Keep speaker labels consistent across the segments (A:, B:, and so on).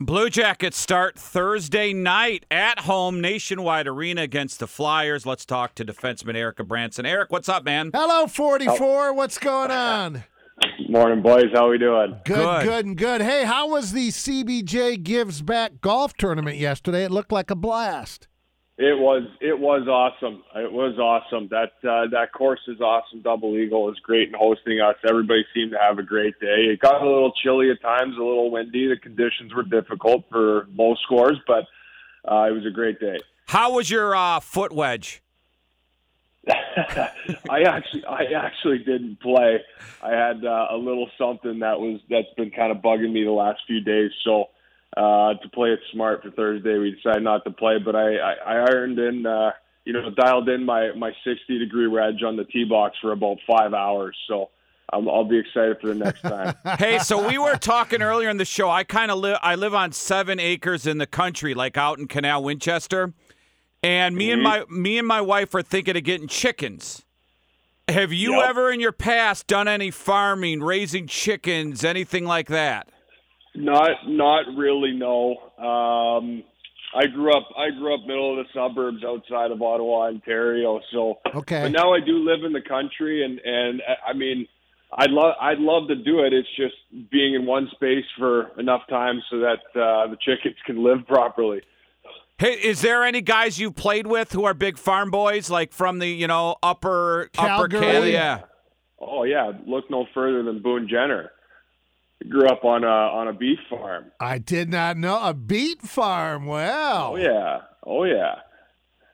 A: Blue Jackets start Thursday night at home, Nationwide Arena against the Flyers. Let's talk to defenseman Erica Branson. Eric, what's up, man?
B: Oh.
C: Hello, 44. What's going on?
B: Morning, boys. How we doing?
C: Good,
A: Good.
C: good, and good. Hey, how was the CBJ Gives Back golf tournament yesterday? It looked like a blast.
B: It was it was awesome. It was awesome. That uh, that course is awesome. Double Eagle is great in hosting us. Everybody seemed to have a great day. It got a little chilly at times, a little windy. The conditions were difficult for both scores, but uh, it was a great day.
A: How was your uh, foot wedge?
B: I actually I actually didn't play. I had uh, a little something that was that's been kind of bugging me the last few days. So uh, to play it smart for Thursday, we decided not to play. But I I, I ironed in, uh, you know, dialed in my my 60 degree wedge on the tee box for about five hours. So um, I'll be excited for the next time.
A: Hey, so we were talking earlier in the show. I kind of live. I live on seven acres in the country, like out in Canal Winchester, and me and my me and my wife are thinking of getting chickens. Have you
B: Yep.
A: ever in your past done any farming, raising chickens, anything like that?
B: Not not really. No. Um, I grew up I grew up middle of the suburbs outside of Ottawa, Ontario. So
C: Okay.
B: but now I do live in the country, and and uh, I- I mean, I'd love I'd love to do it. It's just being in one space for enough time so that uh, the chickens can live properly.
A: Hey, is there any guys you played with who are big farm boys, like from the you know upper upper
C: Calgary.
A: Canada? Yeah.
B: Oh yeah, look no further than Boone Jenner. Grew up on a on a beef farm.
C: I did not know. A beet farm. Wow.
B: Oh yeah, oh yeah.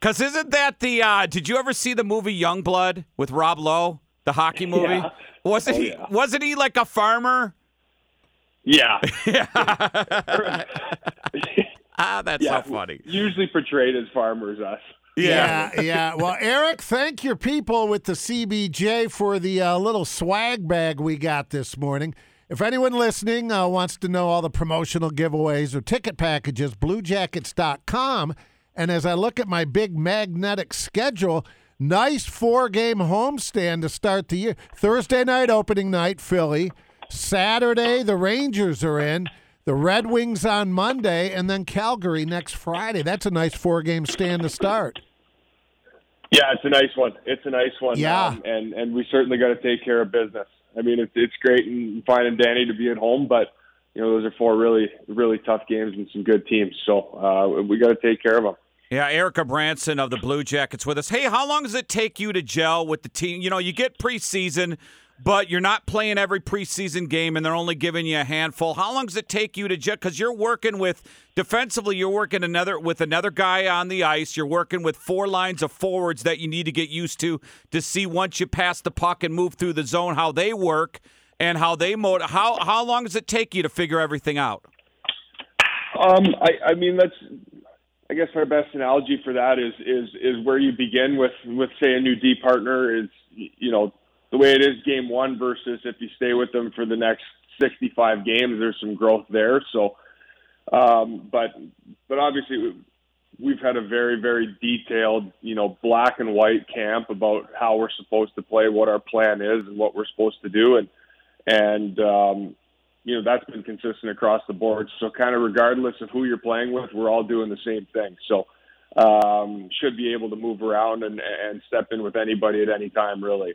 A: Cause isn't that the? uh Did you ever see the movie Young Blood with Rob Lowe, the hockey movie?
B: Yeah.
A: Wasn't
B: Oh,
A: he?
B: yeah.
A: Wasn't he like a farmer?
B: Yeah,
A: Ah, that's
B: yeah.
A: so funny.
B: Usually portrayed as farmers, us.
C: Yeah. yeah, Well, Eric, thank your people with the CBJ for the uh, little swag bag we got this morning. If anyone listening uh, wants to know all the promotional giveaways or ticket packages, bluejackets.com. And as I look at my big magnetic schedule, nice four game homestand to start the year. Thursday night, opening night, Philly. Saturday, the Rangers are in. The Red Wings on Monday, and then Calgary next Friday. That's a nice four game stand to start.
B: Yeah, it's a nice one. It's a nice one. Um,
C: Yeah.
B: and and we certainly got to take care of business. I mean, it's it's great and fine and dandy to be at home, but you know those are four really really tough games and some good teams. So uh, we got to take care of them.
A: Yeah, Erica Branson of the Blue Jackets with us. Hey, how long does it take you to gel with the team? You know, you get preseason, but you're not playing every preseason game, and they're only giving you a handful. How long does it take you to gel? Because you're working with defensively, you're working another with another guy on the ice. You're working with four lines of forwards that you need to get used to to see once you pass the puck and move through the zone how they work and how they motor. How how long does it take you to figure everything out?
B: Um, I, I mean, that's. I guess my best analogy for that is is is where you begin with with say a new D partner is you know the way it is game one versus if you stay with them for the next sixty five games. There's some growth there. So, um, but but obviously we- we've had a very very detailed you know black and white camp about how we're supposed to play, what our plan is, and what we're supposed to do, and and um, you know that's been consistent across the board. So kind of regardless of who you're playing with, we're all doing the same thing. So um, should be able to move around and and step in with anybody at any time, really.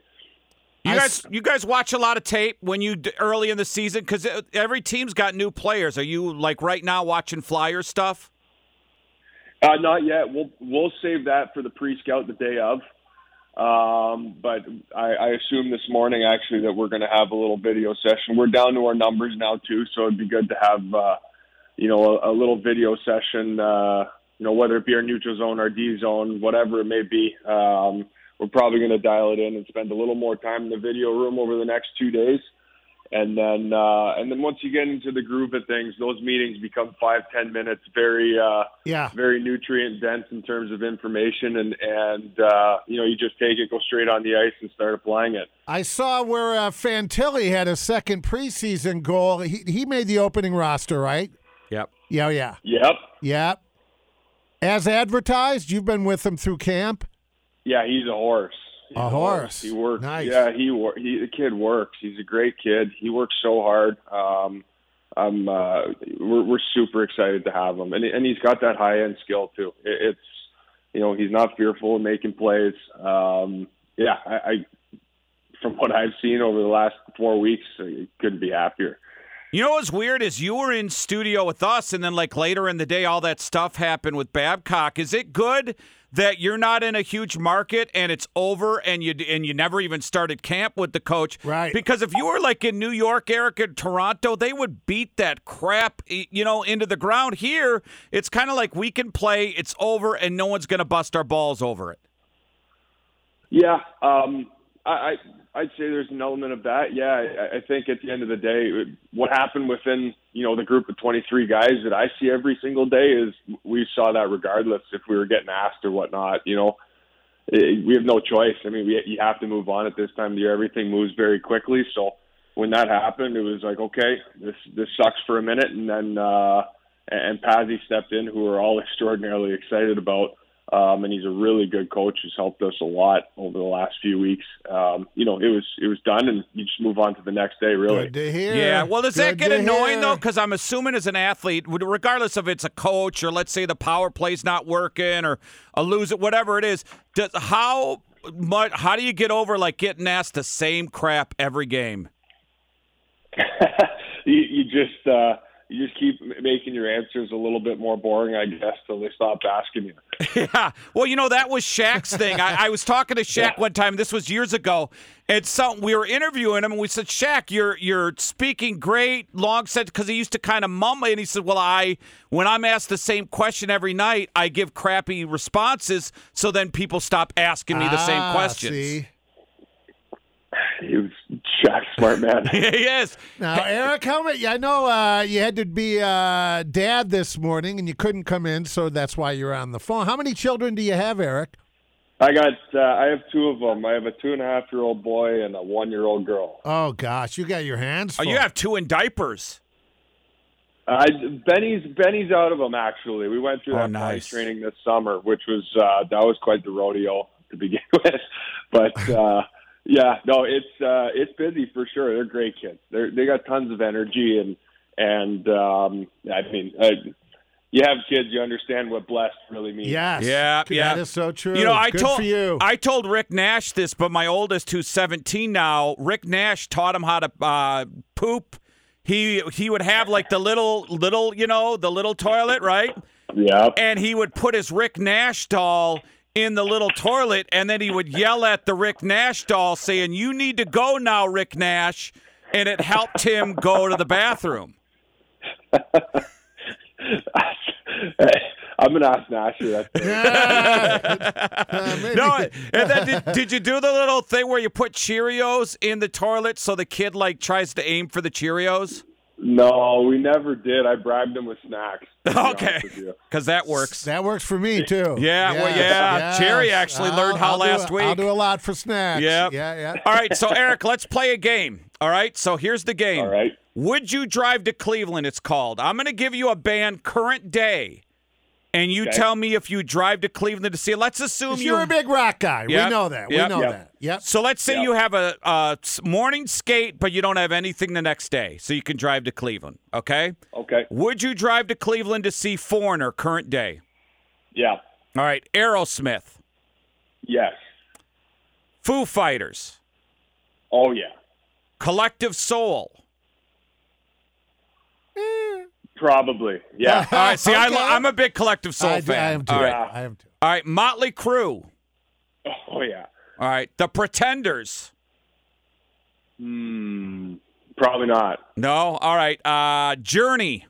A: You
C: I
A: guys,
C: s-
A: you guys watch a lot of tape when you d- early in the season because every team's got new players. Are you like right now watching Flyers stuff?
B: Uh, not yet. We'll we'll save that for the pre-scout the day of. Um, but I, I assume this morning actually that we're going to have a little video session. We're down to our numbers now too, so it'd be good to have uh, you know a, a little video session. Uh, you know whether it be our neutral zone, our D zone, whatever it may be. Um, we're probably going to dial it in and spend a little more time in the video room over the next two days. And then, uh, and then once you get into the groove of things, those meetings become five, ten minutes. Very, uh,
C: Yeah.
B: very nutrient dense in terms of information and and uh, you know you just take it go straight on the ice and start applying it
C: I saw where uh, Fantilli had a second preseason goal. He, he made the opening roster, right?
A: Yep.
C: Yeah, yeah,
B: yep
C: yeah. As advertised, you've been with him through camp.
B: yeah he's a horse He's
C: A horse.
B: he works
C: Nice.
B: yeah he wor- he the kid works he's a great kid he works so hard um I'm uh, we're, we're super excited to have him, and and he's got that high end skill too. It, it's you know he's not fearful of making plays. Um, yeah, I, I from what I've seen over the last four weeks, I couldn't be happier.
A: You know what's weird is you were in studio with us, and then like later in the day, all that stuff happened with Babcock. Is it good that you're not in a huge market and it's over, and you and you never even started camp with the coach?
C: Right.
A: Because if you were like in New York, Eric, and Toronto, they would beat that crap, you know, into the ground. Here, it's kind of like we can play. It's over, and no one's going to bust our balls over it.
B: Yeah, um, I, I I'd say there's an element of that. Yeah, I, I think at the end of the day, what happened within you know the group of 23 guys that I see every single day is we saw that regardless if we were getting asked or whatnot. You know, it, we have no choice. I mean, we you have to move on at this time of year. Everything moves very quickly, so when that happened, it was like okay, this this sucks for a minute, and then uh, and Pazzi stepped in, who we're all extraordinarily excited about. Um, and he's a really good coach who's helped us a lot over the last few weeks. Um, you know, it was it was done, and you just move on to the next day. Really,
C: Good to hear.
A: Yeah. Well, does that
C: Good
A: get
C: to
A: annoying
C: hear.
A: though? Because I'm assuming as an athlete, would- regardless if it's a coach or let's say the power play's not working or a lose it, whatever it is, does how much how do you get over like getting asked the same crap every game?
B: you, you just uh, you just keep m- making your answers a little bit more boring, I guess, till they stop asking you.
A: Yeah. Well, you know, that was Shaq's thing. I, I was talking to Shaq one time. This was years ago. And so we were interviewing him, and we said, Shaq, you're you're speaking great, long sentence, because he used to kind of mumble. And he said, Well, I when I'm asked the same question every night, I give crappy responses, so then people stop asking me the
C: Ah,
A: same questions.
C: see.
B: He was Jack, smart man.
A: yes.
C: Now, Eric, how many? I know uh, you had to be uh, dad this morning and you couldn't come in, so that's why you're on the phone. How many children do you have, Eric?
B: I got uh, I have two of them. I have a two and a half year old boy and a one year old girl.
C: Oh gosh, you got your hands
A: Oh,
C: full.
A: you have two in diapers.
B: Uh, Benny's Benny's out of them actually. We went through
A: Oh,
B: that potty
A: nice.
B: training this summer, which was uh, that was quite the rodeo to begin with. But uh, yeah, no, it's uh, it's busy for sure. They're great kids. They they got tons of energy and and um, I mean, uh, you have kids, you understand what blessed really means.
C: Yes.
A: Yeah,
C: That
A: yeah.
C: is so true.
A: You know, I
C: Good
A: told
C: for you.
A: I told Rick Nash this, but my oldest, who's 17 now, Rick Nash taught him how to uh, poop. He he would have like the little little you know the little toilet right,
B: Yeah.
A: and he would put his Rick Nash doll in the little toilet, and then he would yell at the Rick Nash doll saying, "You need to go now, Rick Nash," and it helped him go to the bathroom.
B: I'm gonna ask Nasher that.
C: Uh, maybe-
A: No, and then did, did you do the little thing where you put Cheerios in the toilet so the kid like tries to aim for the Cheerios?
B: No, we never did. I bribed him with snacks. to be honest
A: Okay,
B: with you.
A: because that works.
C: that works for me too.
A: Yeah, well,
C: Yes,
A: yeah.
C: yes.
A: Jerry actually learned how
C: I'll do
A: last
C: a- I'll
A: week.
C: do a lot for snacks.
A: Yep.
C: Yeah, yeah.
A: All right, so Eric, let's play a game. All right, so here's the game.
B: All right.
A: Would you drive to Cleveland? It's called. I'm going to give you a band current day, and you tell me if you drive to Cleveland to see it. Let's assume you.
C: You're a big rock guy.
A: Yep,
C: We know that.
A: yep.
C: we know
B: Yep.
C: that. Yep.
A: so let's say
B: Yeah.
A: you have a, a s- morning skate, but you don't have anything the next day, so you can drive to Cleveland. Okay.
B: Okay.
A: Would you drive to Cleveland to see Foreigner current day?
B: Yeah.
A: All right, Aerosmith,
B: Yes.
A: Foo Fighters,
B: Oh yeah.
A: Collective Soul.
C: Eh,
B: Probably. Yeah.
A: All right, see, I
C: Okay.
A: lo- I'm a big Collective Soul
C: I, do- I
A: fan.
C: am too.
A: All right,
C: I am too.
A: all right, Motley Crue.
B: oh yeah.
A: All right, The Pretenders.
B: Hmm. Probably not.
A: No, all right, uh, Journey.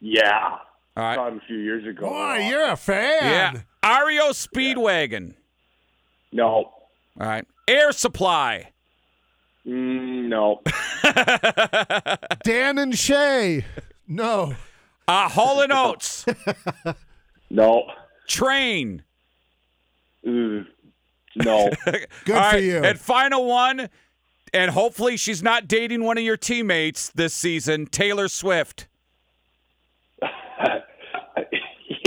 B: Yeah.
A: All right,
B: Saw him a few years ago.
C: Boy, you're a fan.
A: yeah, Ario Speedwagon.
B: no.
A: All right, Air Supply.
B: Mm, no.
C: Dan and Shay. No.
A: Uh, Hall and Oates.
B: No.
A: Train.
B: Ugh. No.
C: Good
A: All
C: for
A: right,
C: you.
A: And final one, and hopefully she's not dating one of your teammates this season, Taylor Swift.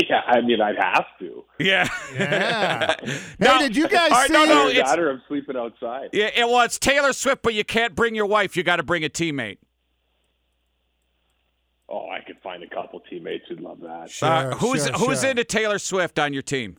B: yeah. I mean, I'd have to.
A: Yeah.
C: Yeah. hey,
A: Now-
C: did you guys
A: All right,
C: see?
A: no, no,
B: Either
A: it's-
B: that or I'm sleeping outside.
A: Yeah, it, well, it's Taylor Swift, but you can't bring your wife. You got to bring a teammate.
B: Oh, find a couple teammates who'd love that.
C: Sure,
A: uh, who's
C: sure,
A: who's
C: sure.
A: into Taylor Swift on your team?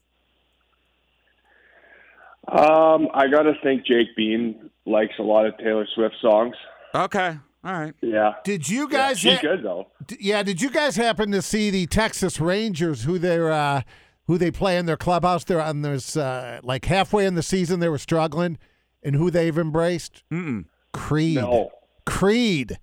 B: Um, I gotta think Jake Bean likes a lot of Taylor Swift songs.
A: Okay, all right.
B: Yeah,
C: Did you guys?
B: she's
C: ha-
B: good though.
C: d- yeah. Did you guys happen to see the Texas Rangers who they're uh, who they play in their clubhouse? They're on there's uh, like halfway in the season they were struggling, and who they've embraced? Mm-mm. Creed.
B: No,
C: Creed.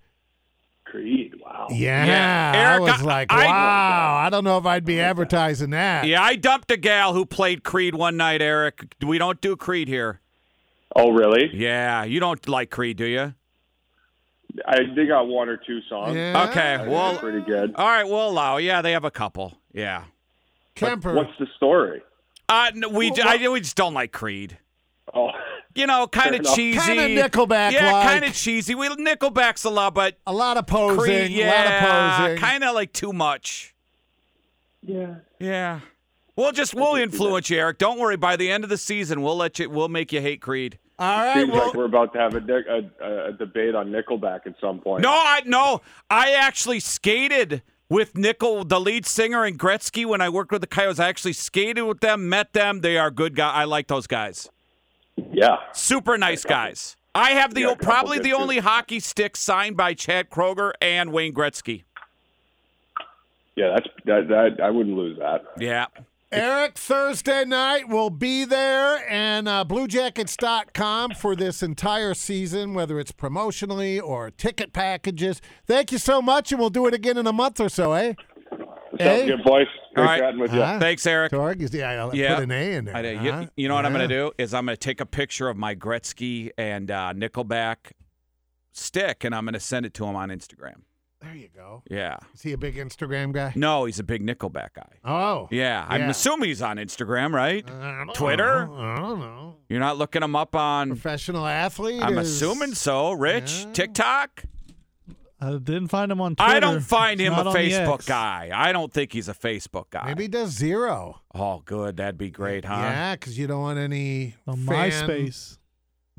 B: Creed. Wow.
C: Yeah.
A: Yeah.
C: I
A: Eric,
C: was
A: I-
C: like,
A: I-
C: wow. I, don't know if I'd be advertising that.
A: Yeah, I dumped a gal who played Creed one night, Eric. We don't do Creed here.
B: Oh, really?
A: Yeah, you don't like Creed, do you?
B: I they got one or two songs.
C: Yeah.
A: Okay, well,
B: pretty good.
A: all right, we'll allow. Yeah, they have a couple. Yeah.
C: Kemper.
B: What's the story?
A: Uh, no, we d I we just don't like Creed.
B: Oh,
A: You know, kind of
B: enough.
A: cheesy.
C: Kinda Nickelback-like.
A: Yeah, kind of cheesy. We Nickelback's a lot, but
C: a lot of posing.
A: Creed,
C: a lot of
A: yeah,
C: posing.
A: kind of like too much.
B: yeah.
A: Yeah. We'll just we'll influence you, Eric. Don't worry. By the end of the season, we'll let you. We'll make you hate Creed.
C: All right.
B: Seems
C: Well,
B: like we're about to have a, dic- a, a, a debate on Nickelback at some point.
A: No, I no. I actually skated with Nickel, the lead singer, and Gretzky when I worked with the Coyotes. I actually skated with them, met them. They are good guys. I like those guys.
B: Yeah.
A: Super nice guys. I have the
B: Yeah, a couple
A: probably
B: good
A: the
B: too.
A: only hockey stick signed by Chad Kroger and Wayne Gretzky.
B: Yeah. That's that. that I wouldn't lose that.
A: Yeah.
C: Eric, Thursday night will be there and uh, bluejackets.com for this entire season, whether it's promotionally or ticket packages. Thank you so much, and we'll do it again in a month or so, eh?
B: Sounds
C: Hey.
B: good, boys. Great
A: right.
B: chatting with you.
C: Huh?
A: Thanks, Eric.
C: Torg, is- yeah, I'll
A: Yeah.
C: put an A in there.
A: I did. You,
D: Uh-huh.
C: huh?
A: you know what I'm
C: Yeah.
A: going to do is I'm going to take a picture of my Gretzky and uh, Nickelback stick, and I'm going to send it to him on Instagram.
C: There you go.
A: Yeah.
C: Is he a big Instagram guy?
A: No, he's a big Nickelback guy.
C: Oh.
A: Yeah, I'm
C: Yeah.
A: assuming he's on Instagram, right?
D: Uh,
C: I don't know.
A: Twitter?
C: I don't know.
A: You're not looking him up on.
C: Professional athlete?
A: I'm
C: is-
A: assuming so. Rich
C: Yeah.
A: TikTok.
D: I didn't find him on Twitter.
A: I don't find
D: It's
A: him a
D: not on the X.
A: Facebook guy. I don't think he's a Facebook guy.
C: Maybe he does zero.
A: Oh, good. That'd be great, huh?
C: Yeah, because you don't want any
D: On
C: fan-
D: MySpace.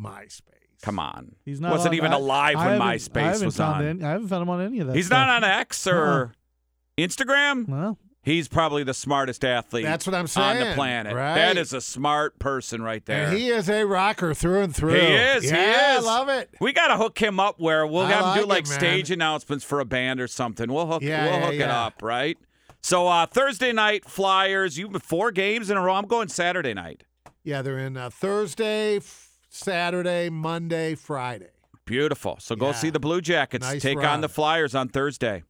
C: Myspace.
A: Come on.
D: He's not.
A: Wasn't
D: on-
A: even
D: I-
A: alive
D: I
A: when
D: haven't- I
A: MySpace
D: haven't
A: was
D: found
A: on.
D: any- I haven't found him on any of that. Uh-uh.
A: He's not on X or Instagram.
D: Well,
A: He's probably the smartest athlete.
C: That's what I'm
A: On the
C: saying,
A: planet.
C: right.
A: That is a smart person right there.
C: And he is a rocker through and through.
A: He is, he
C: Yeah,
A: is.
C: I love it.
A: We gotta hook him up where we'll
C: I
A: have him do
C: like
A: like
C: it, man.
A: stage announcements for a band or something. We'll hook
C: Yeah,
A: we'll
C: yeah,
A: hook it
C: yeah.
A: up, right? So uh, Thursday night Flyers, you four games in a row. I'm going Saturday night.
C: Yeah, they're in uh, Thursday, f- Saturday, Monday, Friday.
A: Beautiful. So go
C: Yeah.
A: see the Blue Jackets
C: Nice
A: take on
C: run.
A: the Flyers on Thursday.